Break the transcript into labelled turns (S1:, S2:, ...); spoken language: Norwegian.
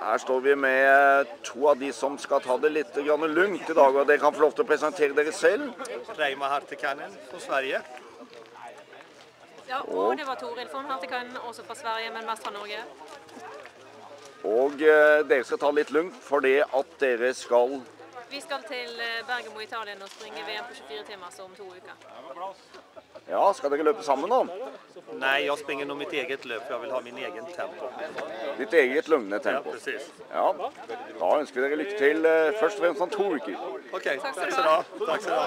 S1: Her står vi med to av de som skal ta det litt grann lungt i dag. og Dere kan få lov til å presentere dere selv.
S2: Reima Hartikainen fra Sverige.
S3: Ja, og det var Toril von Hertikainen, også fra Sverige, men mest fra Norge.
S1: Og eh, dere skal ta det litt lungt fordi at dere skal
S3: Vi skal til eh, Bergamo, Italien og springe VM på 24 timer, så om to uker.
S1: Ja, skal dere løpe sammen nå?
S2: Nei, jeg springer nå mitt eget løp. Jeg vil ha min egen tempo.
S1: Ditt eget lugne
S2: Ja,
S1: tempo.
S2: precis.
S1: Ja, Da ønsker vi dere lykke til eh, først og fremst om to uker.
S2: Okej,
S3: Takk skal
S2: tack
S3: du
S2: så
S3: ha.
S2: bra. Tack så bra.